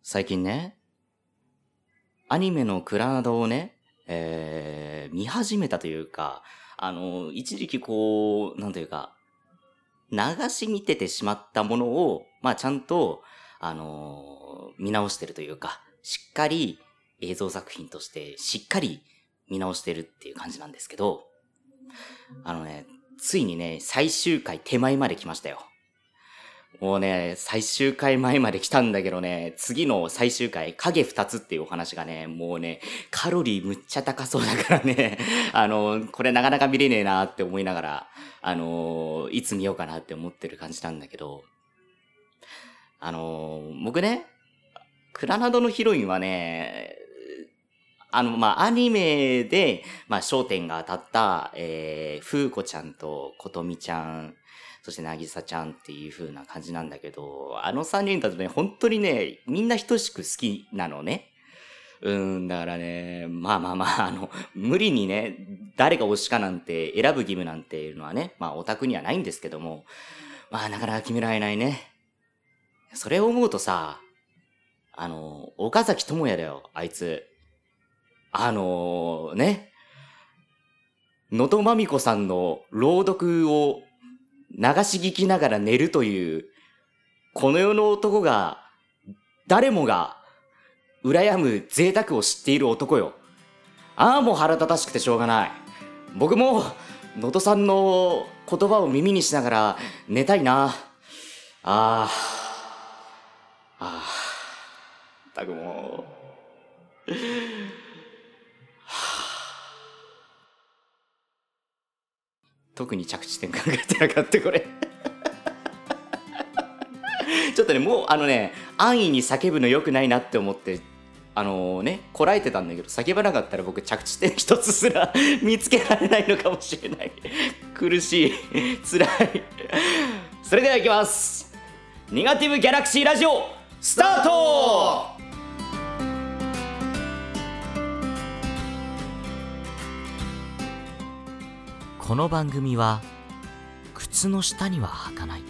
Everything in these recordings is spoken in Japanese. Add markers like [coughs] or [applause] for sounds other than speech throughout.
最近ね、アニメのクラナドをね、えー、見始めたというか、あの、一時期こう、なんというか、流し見ててしまったものを、まあちゃんと、あの見直してるというか、しっかり映像作品としてしっかり見直してるっていう感じなんですけど、あのね、ついにね、最終回手前まで来ましたよ。もうね、最終回前まで来たんだけどね、次の最終回、影二つっていうお話がね、もうね、カロリーむっちゃ高そうだからね、 [laughs] あの、これなかなか見れねえなって思いながら、あの、いつ見ようかなって思ってる感じなんだけど、あの、僕ね、クラナドのヒロインはね、あの、まあ、アニメで、まあ、焦点が当たった、えー、ふうこちゃんとことみちゃん、そしてなぎさちゃんっていう風な感じなんだけど、あの三人だとね、本当にね、みんな等しく好きなのね。うん、だからね、まあまあまあ、あの、無理にね、誰が推しかなんて選ぶ義務なんていうのはね、まあオタクにはないんですけども、まあなかなか決められないね。それを思うとさ、あの、岡崎智也だよ、あいつ。あのね、のとまみこさんの朗読を流し聞きながら寝るという、この世の男が、誰もが、羨む贅沢を知っている男よ。ああ、もう腹立たしくてしょうがない。僕も、のとさんの言葉を耳にしながら寝たいな。ああ、ああ、たくもう。特に着地点考えてなかったこれ [laughs] ちょっとねもうあのね安易に叫ぶの良くないなって思ってあのねこらえてたんだけど叫ばなかったら僕着地点一つすら [laughs] 見つけられないのかもしれない苦しい辛いそれではいきますネガティブギャラクシーラジオスタートこの番組は靴の下には履かない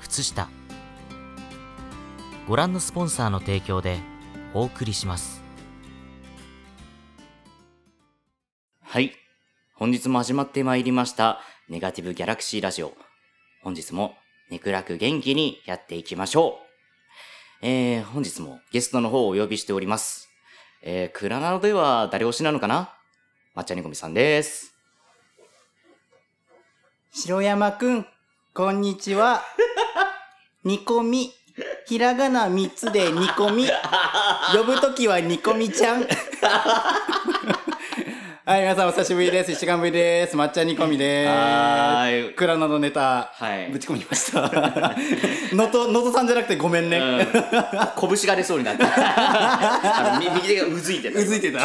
靴下ご覧のスポンサーの提供でお送りしますはい本日も始まってまいりましたネガティブギャラクシーラジオ本日もネクラク元気にやっていきましょうえー、本日もゲストの方をお呼びしておりますえー、クラナドでは誰推しなのかな抹茶煮込みさんです白山くん、こんに [laughs] ちは。煮込み。ひらがな3つで煮込み。呼ぶときは煮込みちゃん。 [laughs] はい、皆さんお久しぶりです。石間ぶりです。抹茶煮込みです。はーいクラナドネタ、はいぶち込み [laughs] ました。のと、のとさんじゃなくてごめんね。うん、拳が出そうになったあのみ右手がうずいてたうずいてた。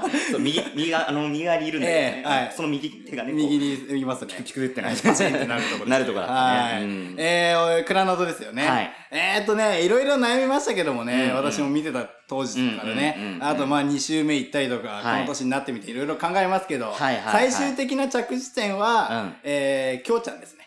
[laughs] そう右右があの右側にいるんだよね、ええはいその右手がねこう右に行きますね。ピクってなるパチンってなるとこなるとこだったねはい、うんえー、クラナドですよね。はいえーっとね、いろいろ悩みましたけどもね、うんうん私も見てた当時からね、うんうんうんうんあとまあ2週目行ったりとか、はいこの年になってみていろいろ考えますけど、はいはいはい最終的な着地点は、うんえー、きょうちゃんですね。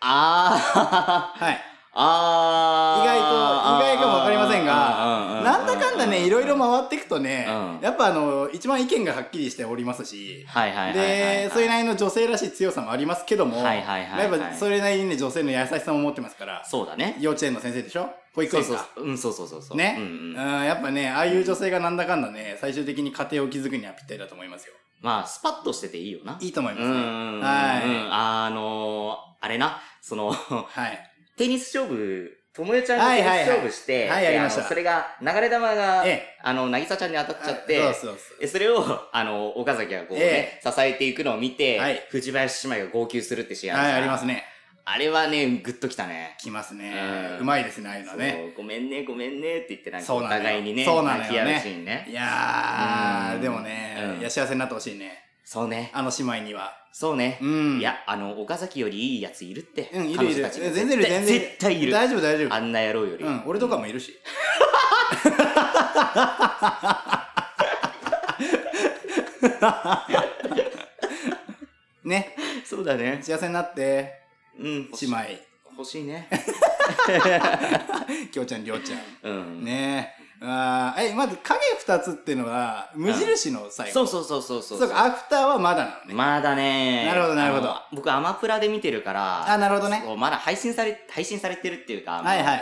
あーはい。あ意ー外と、意外かもわかりませんうんうんうんがう、なんだかんだね、いろいろ回っていくとね、うんやっぱあの、一番意見がはっきりしておりますし、はいはいはいはいで、それなりの女性らしい強さもありますけども、はいはいはいはいやっぱそれなりにね、女性の優しさも持ってますから、そうだね幼稚園の先生でしょ保育そう園か。そううんそうそうそうそうね、ううんんうんやっぱね、ああいう女性がなんだかんだね、最終的に家庭を築くにはぴったりだと思いますよ。まあスパッとしてていいよないいいと思いますうんね。うんうんうんはあのーあれなその [laughs] い。はい。テニス勝負、ともえちゃんがはテいニはいはいス勝負して、はいでやりましたあのそれが、流れ玉が、ええあの、なぎさちゃんに当たっちゃって、あそうそうそう。でそれを、あの、岡崎がこうね、支えていくのを見て、はい藤林姉妹が号泣するってシーンはい、ありますね。ね。あれはね、ぐっときたね。きますうねん。うまいですね、ああいうのはね。そうごめんね、ごめんねって言って、なんかそおうなのよ互いにね、そうなのよね泣き合うシーンいね。やうんー、でもね、うんいや、幸せになってほしいね。そうね。あの姉妹には。そうね。うん。いや、あの、岡崎よりいいやついるって。うん、いる彼い女る。たちに全然いる、絶対全然。絶対いる。大丈夫、大丈 [laughs] あんな野郎より。夫。うん、俺とかもいる [laughs] し。 [laughs] ね、そうだね。幸せになって、うん。姉妹。 [laughs] 欲しいね。きょうちゃん、りょうちゃん。うん。ねえ。あーえ、まず影二つっていうのが、無印の最後。そうそうそうそうそう。そうか、アフターはまだなのね。まだねなるほどなるほどあの僕アマプラで見てるからあ、なるほどね。そうまだ配信され配信されてるっていうか、はいはいい、は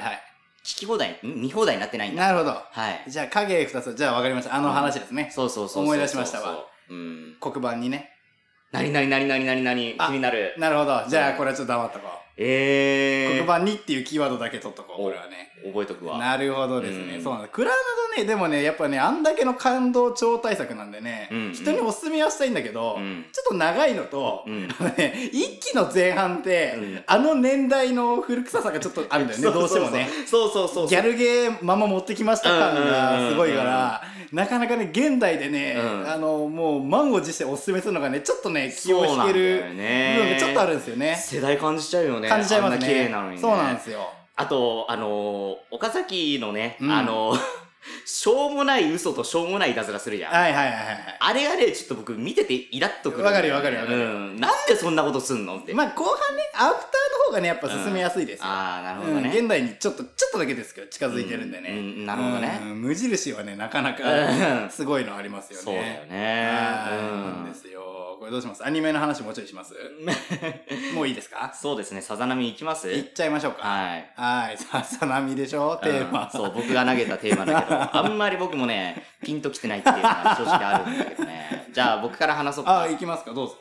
聞き放題ん見放題になってないい。んだなるほど。はいじゃあ、影二つ。じゃあ、わかりました。あの話ですね。そうそうそうそう思い出しましたわうん黒板にね。なになになになになになに気あになるなるほど。じゃあ、これはちょっと黙っとこう。え黒ー、板にっていうキーワードだけ取っとこう。おこれはね。覚えとくわなるほどですうね。んそうなんだ。クラーナドね、でもね、やっぱね、あんだけの感動超大作なんでねうんうん、人におすすめはしたいんだけどう、んちょっと長いのとう、んね一期の前半って、うんあの年代の古臭さがちょっとあるんだよね、そどうしてそもね。そうそうそうギャルルゲーまま持ってきました感がすごいから、なかなかね、現代でね、うんあの、もう満を持しておすすめするのがね、ちょっとね、気を引ける部分がちょっとあるんですよね。世代感じちゃうよね感じちゃいますあんね。な綺麗なのにねそうなんですよ。あと、あのー岡崎のね、うんあのー [laughs] しょうもない嘘としょうもないいたずらするじゃん。はいはいはいはい。あれがね、ちょっと僕見ててイラっとくるんだよね。わかるよわかるようん。なんでそんなことすんのって。まあ後半ね、アフターの方がね、やっぱ進めやすいですよ。ああ、なるほうどんね。現代にちょっと、ちょっとだけですけど、近づいてるんでね。うんうんなるほどねうん無印はね、なかなうかんすごいのありますよね。そうだよはいなんねで。すよ。これどうしますアニメの話もうちょいし [laughs] ますうん。もういいですかそうですね、さざ波いきますいっちゃいましょうか。はい。はい。さ、さなみでしょテーうんマ。そう、僕が投げたテーマだけ [laughs] ど、あんまり僕もね、ピンときてないっていうのは正直あるんだけどね。じゃあ僕から話そうか。あ、いきますかどうぞ。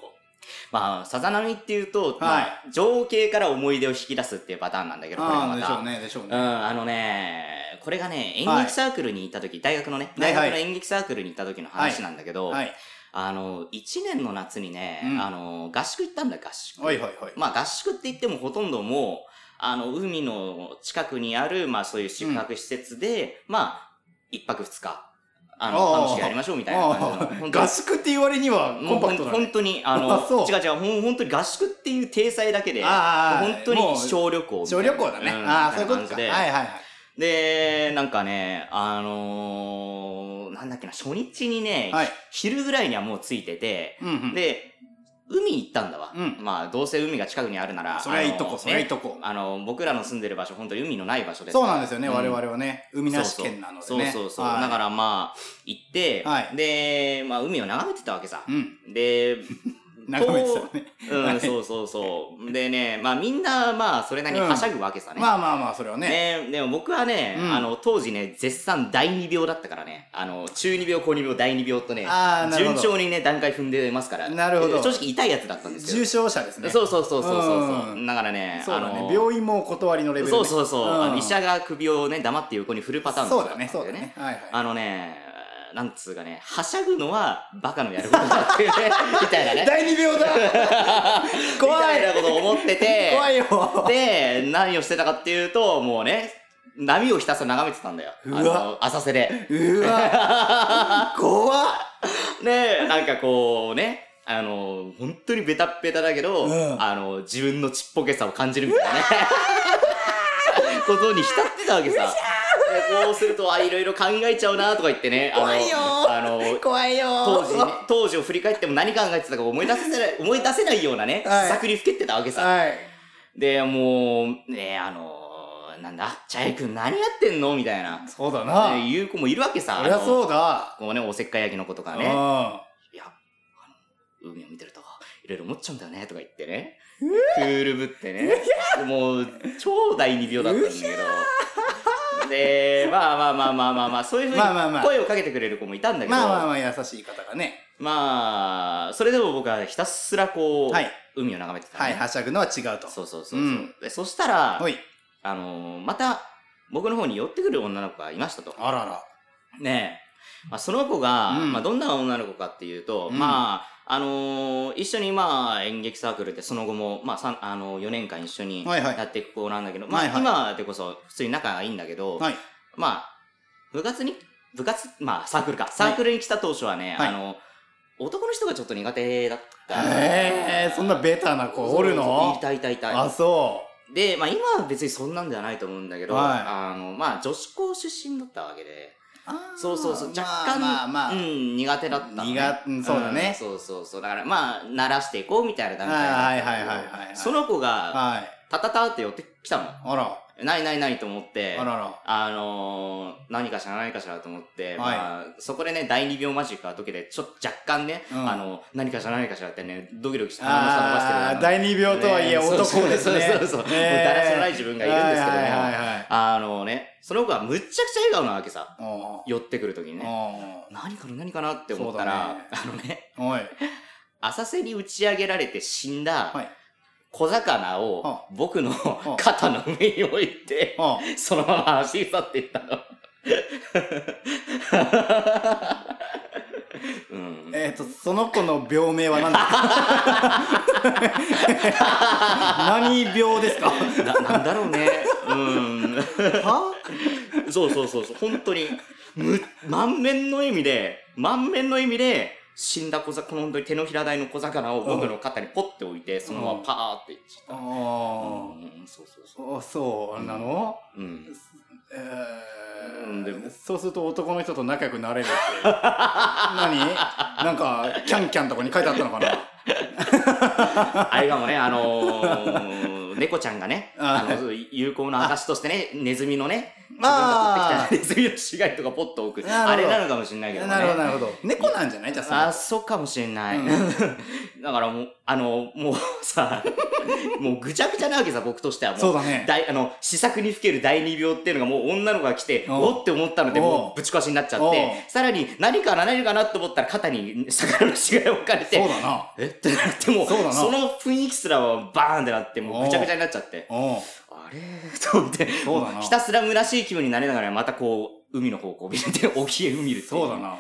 まあ、さざ波っていうと、はいまあ、情景から思い出を引き出すっていうパターンなんだけど、これがああ、までた。しょうね。でしょううん、ね。あのね、これがね、演はい劇サークルに行った時、大学のね、は大いは学いの演劇サークルに行った時の話なんだけど、はい。あの、1年の夏にね、うんあの、合宿行ったんだ、合宿。はいはいはい。まあ、合宿って言ってもほとんどもう、あの、海の近くにある、まあ、そういう宿泊施設で、まあ、1泊2日、あおうおうおの、う楽しくやりましょうみたいな感あじの本当あ、に合宿っていう割にはコもうンパクトだほんね。本当に、あの、あそう違う違う、ほん本当に合宿っていう体裁だけで、ああ本当もにう小旅行みた小いな。旅行だね。んああ、そういうことみか。たはいいな感はじいではい。で、なんかね、あのーなんだっけな、初日にね、はい。昼ぐらいにはもう着いてて、うんうん。で、海行ったんだわ。うんまあ、どうせ海が近くにあるなら、それはいいとあのこ、ーそれはいいねとこ。あのー僕らの住んでる場所、本当に海のない場所ですそうからなんですよね、うん我々はね。海なし県なのでね。そうそうそう。はいだからまあ、行って、はいで、まあ、海を眺めてたわけさ。うん。で、眺めてたよね。うはん、いそうそうそう。でね、まあみんな、まあそれなりにはしゃぐわけさね。まあまあまあ、それはね。ねでも僕はね、うんあの、当時ね、絶賛第二病だったからね、あの、中二病、高二病、第二病とね、あーなるほ順ど調にね、段階踏んでますから、なるほど正直痛いやつだったんです重よ。症者ですね。そうそうそうそうそう。うんだからね、そうだあのね。病院もお断りのレベルね。そうそうそう、あの医者がが首をね、黙って横に振るパターンのそ人うだね、ったんそうよだね。はいはい。あのね、なんつうかね、はしゃぐのはバカのやることだっていうね、みたい [laughs] なね。第 [laughs] 二病だ怖いみたいなことを思ってて、 [laughs] 怖いよで、何をしてたかっていうと、もうね、波をひたすら眺めてたんだよ。うわあの浅瀬で。う [laughs] わ怖っで、なんかこうね、あの、本当にベタッベタだけど、うんあの、自分のちっぽけさを感じるみたい [laughs] なね。ことに浸ってたわけさ。でこうすると、あ、いろいろ考えちゃうなとか言ってね。あの怖いよあの、怖いよ当時ね、当時を振り返っても何考えてたか思い出せない、思い出せないようなね、はい自作にふけってたわけさ。はい。で、もう、ね、あのーなんだ、チャイ君何やってんのみたいな。そうだな。ね言う子もいるわけさ。そりゃあのそうだ。こうね、おせっかい焼きの子とかうんね。いや、あの、海を見てると、いろいろ思っちゃうんだよね、とか言ってね。クールぶってね。もう、超第二病だったんだけど。で、まあまあまあまあまあまあ、そういうふうにまあまあまあ声をかけてくれる子もいたんだけど、まあまあまあ、優しい方がね。まあそれでも僕はひたすらこう、はい海を眺めてたのはね、い、はしゃぐのは違うと。そうそうそうそう、うんでそしたらほ、い。あのーまた、僕の方に寄ってくる女の子がいましたと。あらら。ねえ。まあ、その子が、うんまあ、どんな女の子かっていうと、うんまあ、あのー一緒に、まあ、演劇サークルで、その後も、まあ、さんあの4年間一緒にはいはいやっていく子なんだけど、はいはいまあ、今でこそ、普通に仲がいいんだけど、はい。まあ、部活に、部活、まあ、サークルか。サークルに来た当初はね、はいあの、男の人がちょっと苦手だった。ええ、そんなベタな子おるそうそういのたいたいた。あ、そで、まあ今は別にそんなんではないと思うんだけど、はいあの、まあ女子校出身だったわけで、う。そうそうそう、若まあ干、まあまあう。ん、苦手だったの、苦手うんそうだねんそうそうそう。だからまあ、慣らしていこうみたいな段階だったんだけどはいはいはいはいはいその子が、はい。タタタって寄ってきたの。あら。ないないないと思って、あらら。あのー何かしら何かしらと思って、はいまあ、そこでね、第2秒マジックが解けて、ちょっと若干ね、うんあの、何かしら何かしらってね、ドキドキして鼻の下伸ばしてるああ、あの第二秒とはいねえ男でそすね。うそうそうそう。もうねだらしのない自分がいるんですけどはいはいも、はいはいあのね、その子はむっちゃくちゃ笑顔なわけさ、お寄ってくるときにーね、お何かな何かなって思ったら、あのね、ーおい。浅瀬に打ち上げられて死んだはい小魚を僕のん肩の上に置いて、おーそのまま走り去ってい [laughs] ったの。うん、えっ、と、その子の病名は何ですか [laughs] 何病ですかななんだろうね。うはん。そうそうそうそう。本当に。む、満面の意味で、満面の意味で、死んだ小魚、本当に手のひら大の小魚を僕の肩にポッて置いて、そのままパーっていっちゃった。あうん、そうそうそう。あ、そうなの、うん。えうんー、でもそうすると男の人と仲良くなれるっていう何なんかキャンキャンとかに書いてあったのかなあれがもね、あのー猫ちゃんがね、ああーの、有効な証としてね、ネズミのね、自分があ取ってきたネズミの死骸とかポッと置く。なるほどあれなのかもしれないけどーね。なるほどなるほど猫なんじゃないじゃあそのあ、そうかもしれない。う [laughs] だからもう、あの、もうさ、 [laughs] もうぐちゃぐちゃなわけさ、僕としてはもう。そうだね大あの、試作にふける第二病っていうのがもう女の子が来て、うんおって思ったので、もうんうぶち壊しになっちゃってう、さらに何かな何かなと思ったら肩に [laughs] 魚の死骸を置かれそうて、だなえってなってもう、そうだなその雰囲気すらはバーンってなって、もうぐちゃぐちゃになっちゃって、おうあれ [laughs] ーと思って、そうだなひたすら虚しい気分になりながら、またこう、海の方向を見て、沖へ海見るっていそうだ。な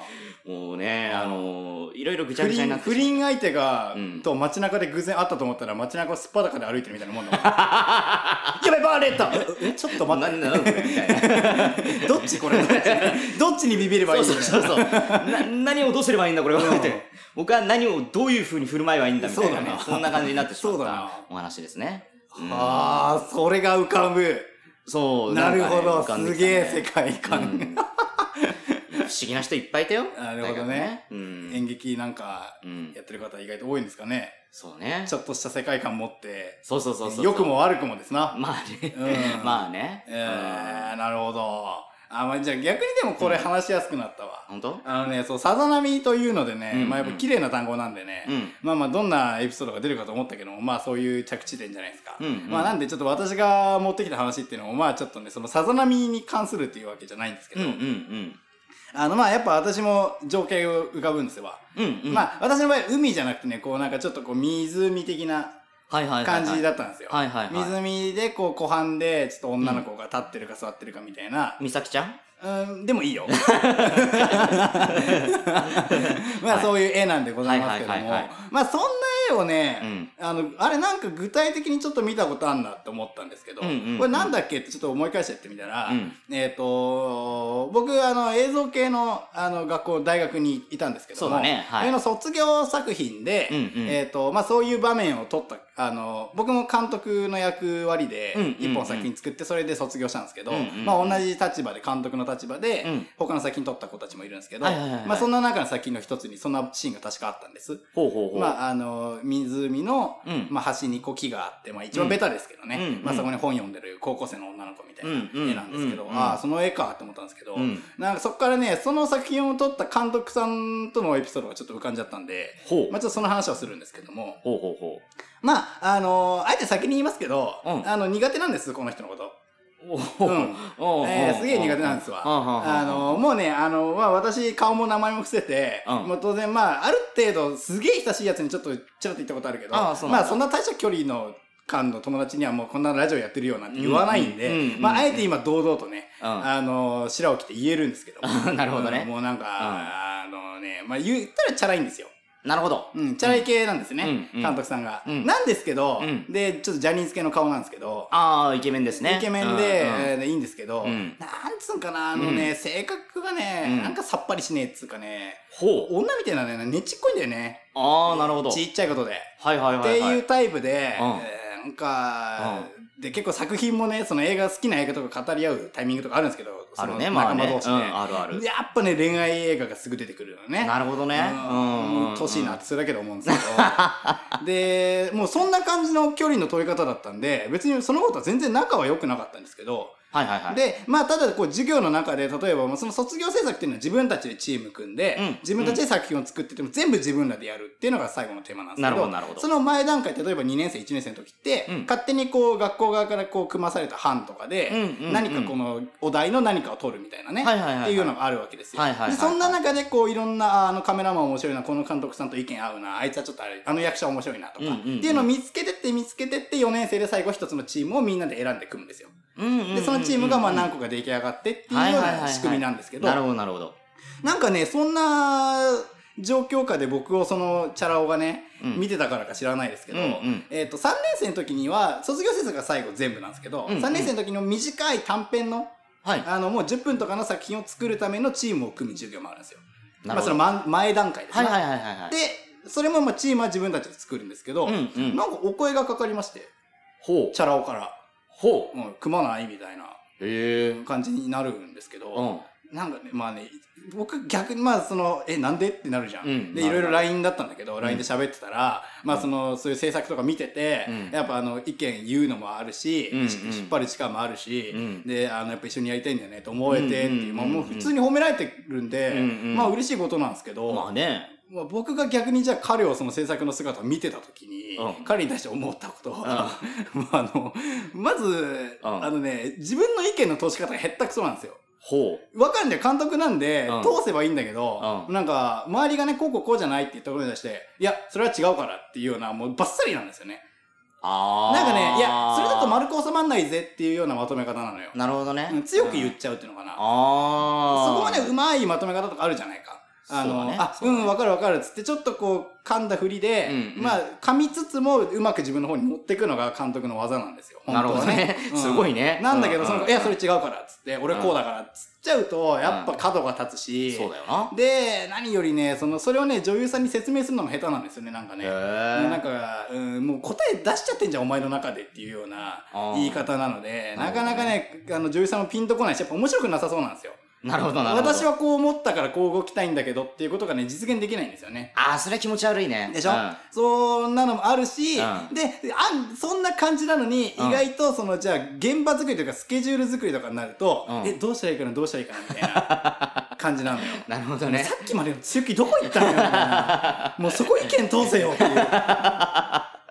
もうね、あのー、いろいろぐちゃ不ぐちゃにな倫って不倫相手が、うんと街中で偶然会ったと思ったら街中をすっぱだかで歩いてるみたいなもん [laughs] だもんやべバレたえちょっと待っ何なのこれみたいな。 [laughs] てどっ [laughs] ちこれどっちにビビればいそいうんだそうそうそう。 [laughs] な何をどうすればいいんだこれは。うんって僕は何をどういう風に振る舞えばいいんだみたいなそうだね。なそんな感じになってしまそうだったなお話ですね。うんあーそれが浮かぶそう。なるほど、んかねすげえ世界浮か観、んできたねうん不思議な人いっぱいいたよ。なるほどね大学うん。演劇なんかうんやってる方意外と多いんですかねそうね。ちょっとした世界観持ってそうそうそうそう。良く。も悪くもですな、まあね。うんまあね。えー、なるほどあまあじゃあ逆にでもこれ話しやすくなったわ、本当あのねそうさざ波というのでね、うんまあやっぱ綺麗な単語なんでね、うん。まあまあどんなエピソードが出るかと思ったけどもまあそういう着地点じゃないですか、うんうんまあなんでちょっと私が持ってきた話っていうのもまあちょっとねそのさざ波に関するっていうわけじゃないんですけうんど、うんうん。あのまあやっぱ私も情景を浮かぶんですよ、うんうん。まあ私の場合海じゃなくてねこうなんかちょっとこう湖的なはいはいはいはい感じだったんですよ、はいはいはい。湖でこう湖畔でちょっと女の子が立ってるか座ってるかみたいな、美咲ちゃんうん、で [laughs] もいいよまあそういう絵なんでございますけどはいもはいはいはいまあそんな絵をうね、ん。あのあれなんか具体的にちょっと見たことあんなって思ったんですけど、うんうんうんこれなんだっけってちょっと思い返してやってみたら、うん。えっ、と僕あの映像系のあの学校大学にいたんですけどもそうだねはいそれの卒業作品で、うんうんえっとまあ、そういう場面を撮ったあの僕も監督の役割でうんうんうん一本作品作ってそれで卒業したんですけど、うんうんうんまあ、同じ立場で監督の立場で、うん他の作品撮った子たちもいるんですけど、はいはいはいはいまあ、そんな中の作品の一つにそんなシーンが確かあったんです。ほうほうほう。まあ、あの湖のうん。まあ、橋にこう木があって、まあ、一番ベタですけどね、うんうんまあ、そこに本読んでる高校生の女の子みたいな絵なんですけど、うんうんうんああその絵かって思ったんですけど、うん。なんかそこからねその作品を撮った監督さんとのエピソードがちょっと浮かんじゃったんで、ほう。まあ、ちょっとその話はするんですけどもほうほうほまああのあえて先に言いますけど、うんあの苦手なんですこの人のこと。う。おうんおえーすげえ苦手なんですわ。ああのもうねあの、まあ、私顔も名前も伏せて、うんもう当然まあある程度すげえ親しいやつにちょっとちらっと言ったことあるけどああそうなんまだあそんな大した距離の間の友達にはもうこんなラジオやってるよなんて言わないんで、うんうんうんうんまあ、あえて今堂々とね、ああの白を着て言えるんですけどなるほどねうんもう [laughs] なんか、あのね、まあ、言ったらチャラいんですよ、なるほど。うん、チャラい系なんですね、うんうん監督さんが、うんなんですけど、うんでちょっとジャニーズ系の顔なんですけど、ああ、イケメンですね。イケメンで、えーいいんですけど、うんなんつうんかなあのね、性格がね、うんなんかさっぱりしねえっつうかねほう。女みたいなねねちっこいんだよねああ、なるほど。ちっちゃいことで、はいはいはい。っていう。タイプうで、んえーなんか、で結構作品もねその映画好きな映画とか語り合うタイミングとかあるんですけどあるね、そのまあね。仲間同士うねん、あるある。やっぱね、恋愛映画がすぐ出てくるのね。なるほどね。ううんん。もう年になってそれだけで思うんです [laughs] けどでもうそんな感じの距離の取り方だったんで別にそのことは全然仲は良くなかったんですけど、はいはいはい。でまあただこう授業の中で例えばまあその卒業制作っていうのは自分たちでチーム組んで、うん自分たちで作品を作ってても全部自分らでやるっていうのが最後のテーマなんでなすけどるほどなるほどその前段階例えば2年生1年生の時って、うん勝手にこう学校側からこう組まされた班とかで、うんうんうん何かこのお題の何かを取るみたいなね、はいはいはいはいっていうのがあるわけですよ。はいはいはいはいでそんな中でこういろんなあのカメラマン面白いなこの監督さんと意見合うなあいつはちょっとあれあの役者面白いなとか、うんうんうんっていうのを見つけてって見つけてって4年生で最後一つのチームをみんなで選んで組むんですよ。ででそのチームがまあ何個個か出来上がってっていうような仕組みなんですけどなるほどなるほど。なんかねそんな状況下で僕をそのチャラ男がね、うん見てたからか知らないですけど、うんうんえー、と3年生の時には卒業制作が最後全部なんですけど、うんうん3年生の時の短い短編のはい。あのもう10分とかの作品を作るためのチームを組む授業もあるんですよ。なまるあ、ほどその。前前段階ですはね、いはいはいはいはい。でそれもまあチームは自分たちで作るんですけど、うんうん。なんかお声がかかりましてほう。チャラ男から、ほう。うん、組まないみたいなへえ。感じになるんですけど。うん。なんかね、まあね、僕逆に、まあその、え、なんでってなるじゃん。うんで、ないるろいろ LINE だったんだけど、ん LINE で喋ってたら、まあその、そういう制作とか見てて、うんやっぱあの、意見言うのもあるし、うんうんし引っ張る力もあるし、うんで、あの、やっぱ一緒にやりたいんだよね、と思えてっていう、うんまあもう普通に褒められてるんで、うんうんまあ嬉しいことなんですけど、まあね。まあ僕が逆にじゃあ彼をその制作の姿を見てた時に、うん彼に対して思ったことは、 [laughs] まああの、まず、んあのね、自分の意見の通し方が減ったくそなんですよ。ほう。わかんない監督なんで、うん通せばいいんだけど、うなんか周りがねこうこうこうじゃないって言ったことに対していやそれは違うからっていうようなもうバッサリなんですよねああ。なんかねいやそれだと丸く収まんないぜっていうようなまとめ方なのよ、なるほどうねん。強く言うっんちゃうっていうのかな、ああ。そこまでうまいまとめ方とかあるじゃないかあそうのだねあそううだねんわかるわかるっつってちょっとこう噛んだふりで、うんうんまあ噛みつつもうまく自分の方に持っていくのが監督の技なんですよなるほどね。うんすごいね。なんだけど、うその、ういや、それ違うから、つって、俺こうだから、つっちゃうと、やっぱ角が立つし、そうだよな。で、何よりね、その、それをね、女優さんに説明するのも下手なんですよね、なんかね。へなんえ。か、うん、もう答え出しちゃってんじゃん、お前の中でっていうようなあー言い方なので、なるなほどかなかね、あの、女優さんもピンとこないし、やっぱ面白くなさそうなんですよ。なるほどなるほど。私。はこう思ったからこう動きたいんだけどっていうことがね、実現できないんですよね。ああ、それは気持ち悪いね。でしょ、うんそんなのもあるし、うんであんそんな感じなのに、うん意外とそのじゃあ現場作りとかスケジュール作りとかになると、うんえどうしたらいいかなどうしたらいいかなみたいな感じなのよ。なるほどねさ。っきまでの強気どこ行ったのよみたいなもうそこ意見通せよっていう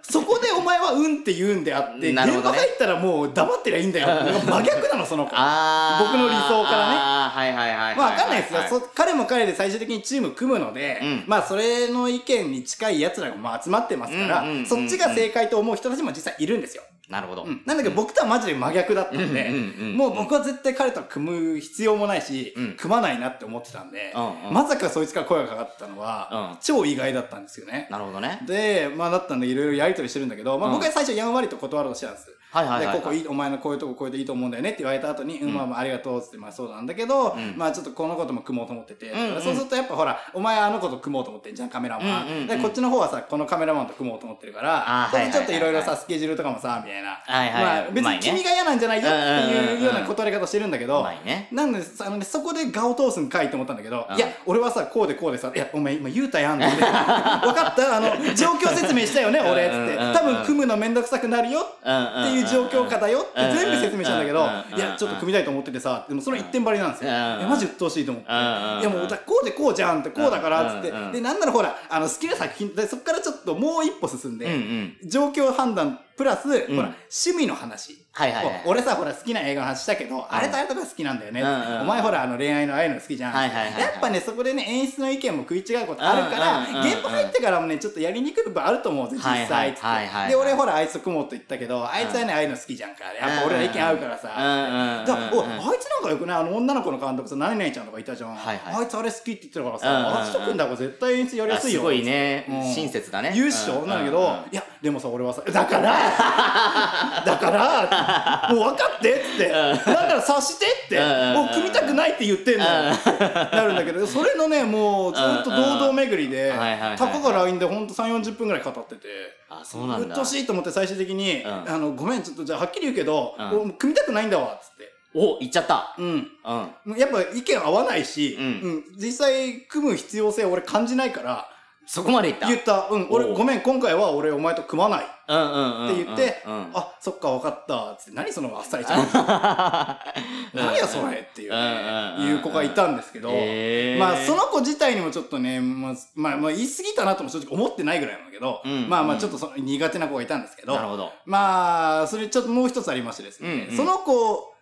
そこでお前はうんって言うんであって、なるほ現ど場ね入ったらもう黙ってりゃいいんだよ真逆なのその子ああ。僕の理想からねああ、はいはいはいはい。まあ、わかんないですよ、はそ彼も彼で最終的にチーム組むので、うんまあ、それの意見に近い奴らがまあ集まってますから、うんうんうんうんそっちが正解と思う人たちも実際いるんですよ。なるほど。うんなんだけど、僕とはマジで真逆だったんで、うんうんうんうんもう僕は絶対彼とは組む必要もないし、うん組まないなって思ってたんで、うんうんまさかそいつから声がかかったのは、うん超意外だったんですよね。なるほどね。で、まあ、だったんで、いろいろやりとりしてるんだけど、まあ、うん僕は最初、やんわりと断ろうとしてたんです。はいはいはいはい。で、ここいい、お前のこういうとここういうといいと思うんだよねって言われた後に、うんん、まあまあありがとうっつって、まあそうなんだけど、うんまあちょっとこのことも組もうと思ってて、うんうんそうするとやっぱほら、お前あの子と組もうと思ってんじゃん、カメラマン。うんうんうんで、こっちの方はさ、このカメラマンと組もうと思ってるかあらー、そはいうするはいとちょっといろいろはいさ、スケジュールとかもさ、みたいな。はいはいはいまあ別うまいにね君が嫌なんじゃないよっていうような断り方してるんだけうどま、いね。なんで、あのね、そこで顔通すんかいと思ったんだけど、うんいや、俺はさ、こうでこうでさ、いや、お前今言うたやんって。分かったあの、 [laughs] 状況説明したよね、俺。つうんうんっうて。んうん多分組むのめんどくさくなるよっっていう状況下だよって全部説明したんだけど、いや、ちょっと立組みたいと思っててさ、でもそれ一点張りなんですよ。ういんや、マジ鬱陶しいと思って。いうんうんや、もうだこうでこうじゃんって、こうだからっつっうんうんて。で、なんならほら、あの、好きな作品で、そこからちょっともう一歩進んうんうで、ん。状況判断プラス、ほら、ん趣味の話。はいはいはいこう俺さ、ほら、好きな映画の話したけど、あれとあれとか好きなんだよね。うんうんお前ほら、あの、恋愛のああいうの好きじゃん。はいはいはいはいやっぱね、そこでね、演出の意見も食い違うことあるかうんうんら、うんうん現場入ってからもね、ちょっとやりにくい部分あると思うぜ、実際。つってはいはいはいはいはいで、俺ほら、あいつと雲と言ったけど、あいつはね、ああいうの好きじゃんか。やっぱ俺ら意見合うからさ。うんうんじゃあ、おうんうんあいつなんかよくないあの女の子の監督さ、何々ちゃんとかいたじゃはん。いはいあいつあれ好きって言ってるからうんうんうんさ、あいつと組んだ方が絶対演出やりやあすいよ。すごいねうん。親切だね。優勝なんだけど、ういやでもさ俺はさだから [laughs] だからもう分かってってだから察してってうんもう組みたくないって言ってんのなるんだけどそれのねもうずっと堂々巡りでうんはいはいはいはいたかが LINE でほんと3 4 0分ぐらい語ってて。あ、そうなんだ。鬱陶しいと思って最終的に、んあのごめんちょっとじゃあはっきり言うけど、うん俺もう組みたくないんだわっつっておお、言っちゃった。うん。うん。やっぱ意見合わないし、うんうん実際組む必要性俺感じないから、そこまで言った。言った、うん、俺おうごめん、今回は俺お前と組まない。うんうんうんうん。って言ってうん、あ、そっか、わかった。つって、何そのあっさりちゃん。 [laughs] 何やそれっていうね、うんうんうんうんいう子がいたんですけど、えーまあその子自体にもちょっとね、まあ、まあ、まあ言い過ぎたなとも正直思ってないぐらいなんだけど、うんまあまあうんちょっとその苦手な子がいたんですけど、なるほど。まあ、それちょっともう一つありましてですね、うんうんその子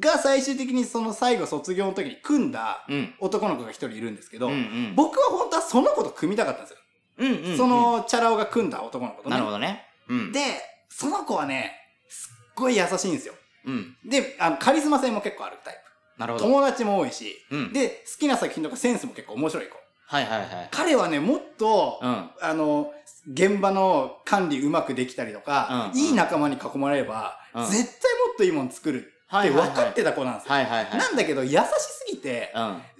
が最終的にその最後卒業の時に組んだうん。男の子が一人いるんですけど、うんうん僕は本当はその子と組みたかったんですよ。うんうんうんそ、のチャラ男が組んだ男の子とね。なるほどね。うん。で、その子はね、すっごい優しいんですよ。うん。で、あの、カリスマ性も結構あるタイなるほプ。ど。友達も多いし、うん。で、好きな作品とかセンスも結構面白い子。はいはいはい。彼はね、もっと、うん。あの、現場の管理うまくできたりとか、うんいい仲間に囲まれれば、うん絶対もっといいもん作るって分かってた子なんですよ。はいはいはい。なんだけど、優しすぎて、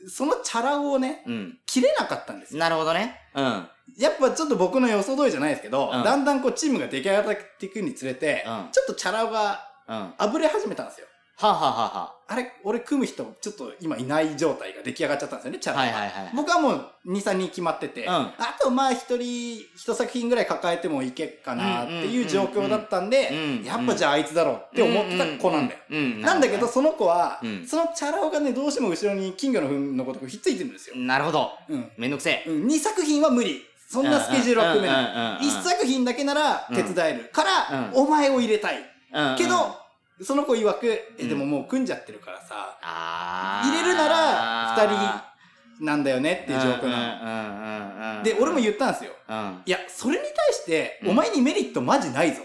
そのチャラ男をね、うん。切れなかったんですうん。よ。なるほどね。うん。うん。やっぱちょっと僕の予想通りじゃないですけど、うんだんだんこうチームが出来上がっていくにつれて、うんちょっとチャラ男がはあぶれ始めたんですよ。あ、はあはあはあれ、俺組む人、ちょっと今いない状態が出来上がっちゃったんですよね、チャあ、はいラ男が。はいはい。僕はもう2、3人決まってて、うんあとまあ一人、一作品ぐらい抱えてもいけっかなっていう状況だったんうんうんうんでう、んやっぱじゃああいつだろうって思ってた子なんだよ。うん。うん。なんだけど、その子はう、んそのチャラ男がね、どうしても後ろに金魚の糞のことくひっついてるんですよ。なるほど。うん。めんどくせえ。うん、2作品は無理。そんなスケジュールは組めない。ない1作品だけなら手伝えるから、うお前を入れたい。けど、その子曰く、え、うんでももう組んじゃってるからさ、あー入れるなら二人なんだよねっていう状況ななの。で、俺もう言ったんですよ。ん。いや、それに対して、うんお前にメリットマ [laughs] ジないぞ。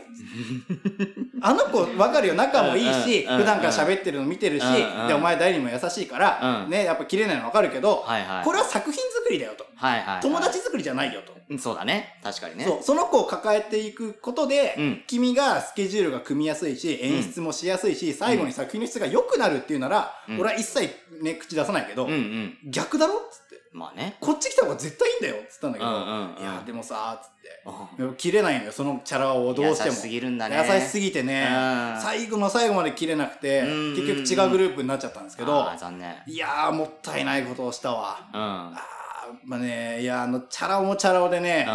あの子わかるよ、仲もいいし、うんうん普段から喋ってるの見てるしうんう、んで、お前誰にも優しいからう、んね、やっぱ切れないのわかるけど、はいはい。これは作品作りだよと。はいはいはい。友達作りじゃないよと。うんそうだね。確かにね。そう、その子を抱えていくことうで、ん。君がスケジュールが組みやすいし、演出もしやすいし、最後に作品の質が良くなるっていうなら、うん俺は一切ね、口出さないけどうんう、ん。逆だろっつって。まあね。こっち来た方が絶対いいんだよっつったんだけど、うんうんうんいやでもさーっつどって切れないのよそのチャラ男をどうしても優しすぎるんだね。優しすぎてねうん最後の最後まで切れなくて、うんうんうん結局違うグループになっちゃったんですけどあー残念。いやーもったいないことをしたわうん。あーまあねいやーあのチャラ男もチャラ男でね、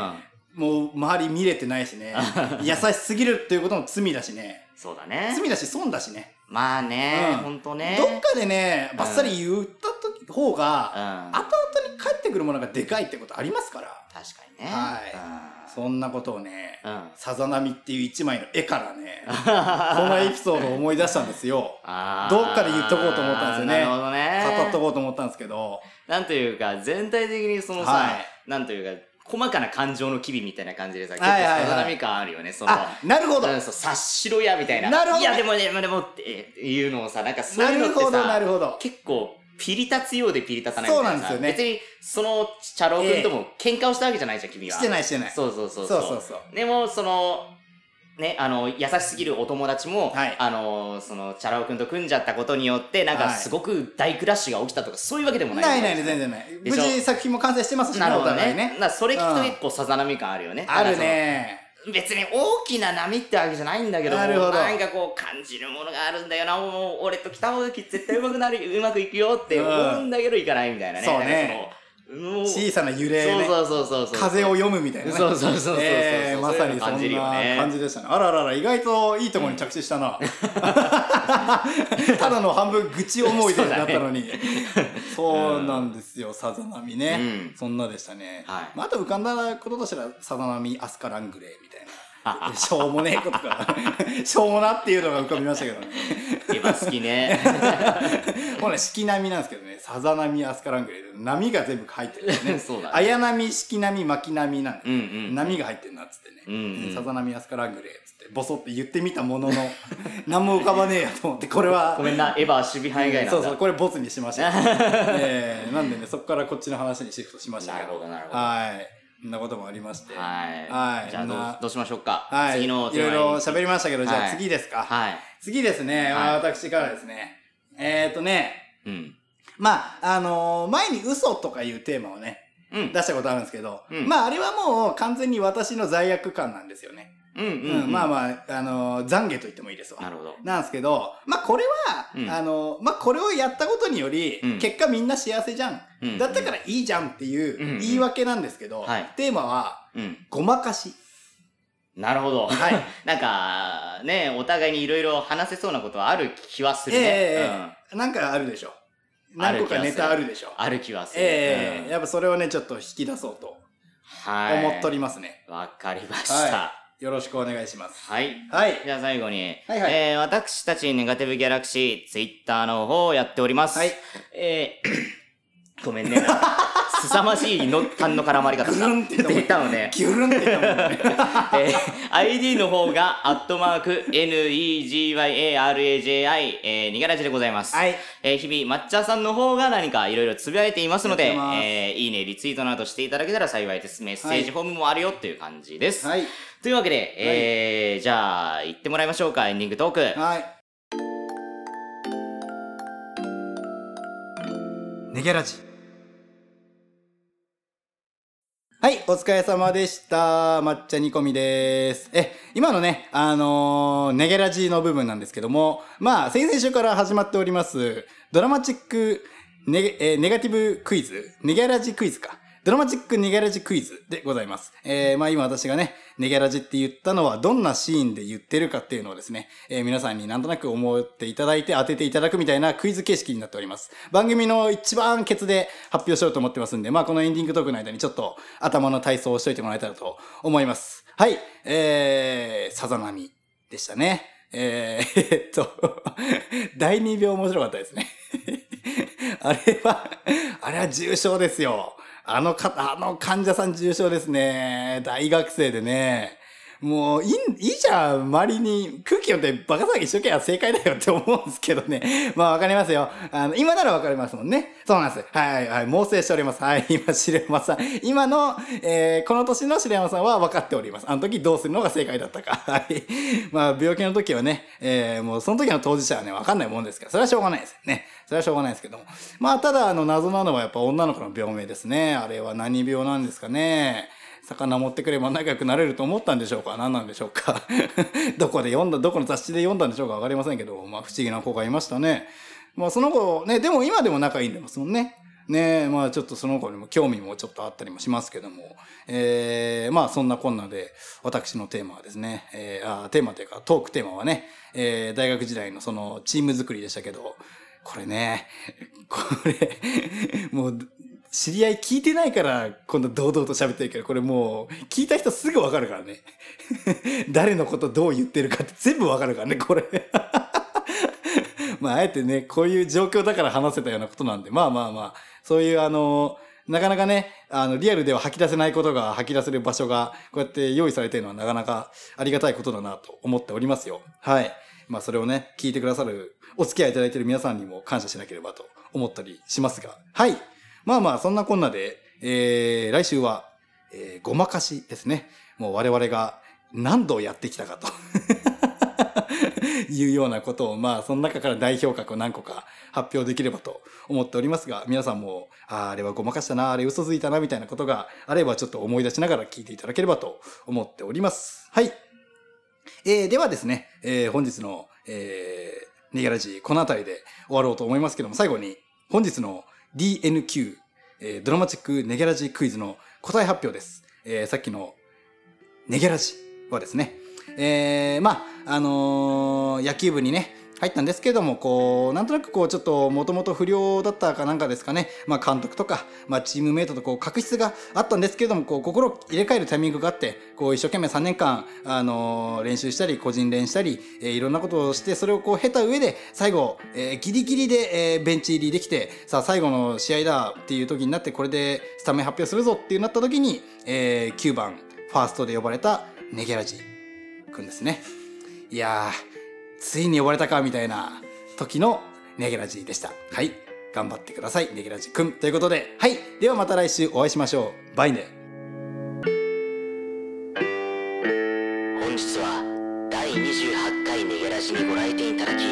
うん。もう周り見れてないし [laughs] ね優しすぎるっていうことも罪だしねそうだね。罪だし損だしね、まあねう、んほんとね。どっかでねばっさり言った時方が、うん。後々に返ってくるものがでかいってことありますから確かにね。はいそんなことをね、うん。うん。さざ波っていう一枚の絵から [laughs] ね、 [laughs] このエピソードを思い出したんですよ。あーどっかで言っとこうと思ったんですよねなるほどね。語っとこうと思ったんですけど、なんというか、全体的にそのさ、はなんというか、細かな感情の機微みたいな感じでさ、結構はいはいはいさざ波感あるよね、その。あ、なるほどうんそう察しろやみたいな。なるほどいや、でもね、でもでもっていうのをさ、なんかそうないうのっるてほさ、ど、なるほど。結構、ピリ立つようでピリ立たないみたいなさそうなんです別に、その、チャロー君とも喧嘩をしたわけじゃないじゃん、君は。してい。ないしてない。そうそうそそううそうそう。でも、その、ね、あの、優しすぎるお友達も、はいあの、その、チャラ男くんと組んじゃったことによって、なんか、はいすごく大クラッシュが起きたとか、そういうわけでもない。ないない全然ない。で無しょ事作品も完成してますしね、なるおほど互ね。いね。なそれ聞くとうん結構さざ波感あるよね。あるね。なんかその。別に大きな波ってわけじゃないんだけど、なるほどんかこう感じるものがあるんだよな、もう俺と北尾き絶対うまくなる、うまくいくよって思うんだけど、いかないみたいなね。そうねなんかその。もう小さな揺れね。そうそうそうそうそう。風を読むみたいなね。そうそうそうそうそうえーまさにそんそういうの感じるよねな感じでしたね。あらららら、意外といいところに着地した [laughs] な。ただの半分愚痴思い出になったのに。そうなんですよ、さざ波ね。うんそんなでしたね。はいまあ、あと浮かんだこととしたら、さざ波、アスカラングレーみたいな。しょうもねえことか。 [laughs] しょうもなっていうのが浮かびましたけどね。エヴァ好き [laughs] ね。。これ、四季波なんですけどね。さざ波、アスカラングレー。波が全部入ってるんです [laughs] ねそうだね綾波、四季波、巻き波なんでうんうん。波が入ってんなっつってね、うんうんさざ波アスカラングレーっつってボソって言ってみたものの [laughs] 何も浮かばねえやと思ってこれはごめんな、エヴァは守備範囲外なんだ。そうそうこれボツにし [laughs] ました、ええなんでねそこからこっちの話にシフトしましたけなるほどどなるほどはいそんなこともありましてはい。はいじゃあどなう、どうしましょうか。はい次いのろテいーマにろ喋りましたけどじゃはあい次ですか、はい。次ですね、はい私からですねえっ、とねうん。まああのー前に嘘とかいうテーマをねうん。出したことあるんですけど、うんまああれはもう完全に私の罪悪感なんですよねうんうんうん、まあままあ、あのー懺悔と言ってもいいですわ。なるほど。なんですけど、まあこれは、うんあのーまあこれをやったことにより、うん結果みんな幸せじゃん。うんだったからいいじゃんってうんういんう言い訳なんですけど、はいテーマは、うん。ごまかし。なるほど。はい。 [laughs] なんか、ね、お互いにいろいろ話せそうなことはある気はするえね。えええうんなんかあるでしょ。あ何る気個がかするネタあるでしょ。ある気はする。ええうんやっぱそれをね、ちょっと引き出そうとはい。思っとりますね。わかりました。よろしくお願いします。はい。はい。じゃあ最後に、はいはいえー私たちネガティブギャラクシー、ツイッターの方をやっております。はい。えー [coughs] ごめんね。 [laughs] 凄まじいの単の絡まり方ぐるんって出たのね。ギュルンって言ったもんね。 [laughs] えー ID の方が、アットマーク、NEGYARAJI、えー、ニガラジでございます。はい。えー日々、抹茶さんの方が何かいろいろつぶやいていますので、やってますえーいいね、リツイートなどしていただけたら幸いです。メッセージフォームもあるよっていう感じです。はい。というわけで、えーじゃあ、行ってもらいましょうか、エンディングトーク。はい。ネギャラジ。はい、お疲れ様でした。抹茶煮込みです。え、今のね、あのーネゲラジの部分なんですけども、まあ、先々週から始まっております、ドラマチックネゲ、えーネガティブクイズ、ネゲラジクイズか。ドラマチックネゲラジクイズでございます。えー、まあ今私がね、ネゲラジって言ったのはどんなシーンで言ってるかっていうのをですね、えー皆さんになんとなく思っていただいて当てていただくみたいなクイズ形式になっております。番組の一番ケツで発表しようと思ってますんで、まあこのエンディングトークの間にちょっと頭の体操をしといてもらえたらと思います。はい、えー、さざ波でしたね。えー、えっと、 [laughs] 第2秒面白かったですね。 [laughs] あれは、あれは重症ですよ。あのか、あの患者さん重症ですね。大学生でね。もう、いい、いいじゃん。周りに空気読んでバカ騒ぎしとけば正解だよって思うんですけどね。 [laughs] まあ、わかりますよ。あの、今ならわかりますもんね。そうなんです。はい、はい、猛省しております。はい、 [laughs] 今、白山さん。今の、えーこの年の白山さんは分かっております。あの時どうするのが正解だったか。 [laughs] はい。まあ、病気の時はね、えーもうその時の当事者はね、わかんないもんですから、それはしょうがないですよね。それはしょうがないですけども。まあ、ただ、あの、謎なのはやっぱ女の子の病名ですね。あれは何病なんですかね。魚持ってくれば仲良くなれると思ったんでしょうか何なんでしょうか [laughs] どこで読んだ、どこの雑誌で読んだんでしょうかわかりませんけど、まあ不思議な子がいましたね。まあその子、ね、でも今でも仲いいんですもんね。ねえ、まあちょっとその子にも興味もちょっとあったりもしますけども、えー、まあそんなこんなで、私のテーマはですね、えー、あーテーマというかトークテーマはね、えー、大学時代のそのチーム作りでしたけど、これね、これ、もう、知り合い聞いてないから、こんな堂々と喋ってるけど、これもう、聞いた人すぐわかるからね。誰のことどう言ってるかって全部わかるからね、これ。 [laughs] まあ、あえてね、こういう状況だから話せたようなことなんで、まあまあまあ、そういうあの、なかなかね、あの、リアルでは吐き出せないことが吐き出せる場所が、こうやって用意されているのはなかなかありがたいことだなと思っておりますよ。はい。まあ、それをね、聞いてくださる、お付き合いいただいている皆さんにも感謝しなければと思ったりしますが、はい。まあまあ、そんなこんなで、えー、来週は、えー、ごまかしですね。もう我々が何度やってきたかと。 [laughs] いうようなことを、まあ、その中から代表格を何個か発表できればと思っておりますが、皆さんも、あーあれはごまかしたな、あれ嘘ついたな、みたいなことがあれば、ちょっと思い出しながら聞いていただければと思っております。はい。えーではですね、えー本日の、えー、ネギャラジー、この辺りで終わろうと思いますけども、最後に、本日の DNQ、えードラマチックネギャラジークイズの答え発表です。えーさっきのネギャラジはですね、えーまあ、あのー野球部にね、入ったんですけども、こう、なんとなくこう、ちょっと、もともと不良だったかなんかですかね、まあ、監督とか、まあ、チームメイトとこう、確執があったんですけども、こう、心を入れ替えるタイミングがあって、こう、一生懸命3年間、あのー練習したり、個人練したり、えーいろんなことをして、それをこう、経た上で、最後、えーギリギリで、えーベンチ入りできて、さあ、最後の試合だっていう時になって、これで、スタメン発表するぞっていうなった時に、えー9番、ファーストで呼ばれた、ネギャラジくんですね。いやー、ついに呼ばれたか、みたいな時のネギラジーでした。はい。頑張ってください、ネギラジーくん。ということで、はい。ではまた来週お会いしましょう。バイね。本日は第28回ネゲラジにご来店いただき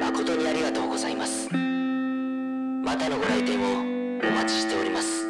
誠にありがとうございますまたのご来店をお待ちしております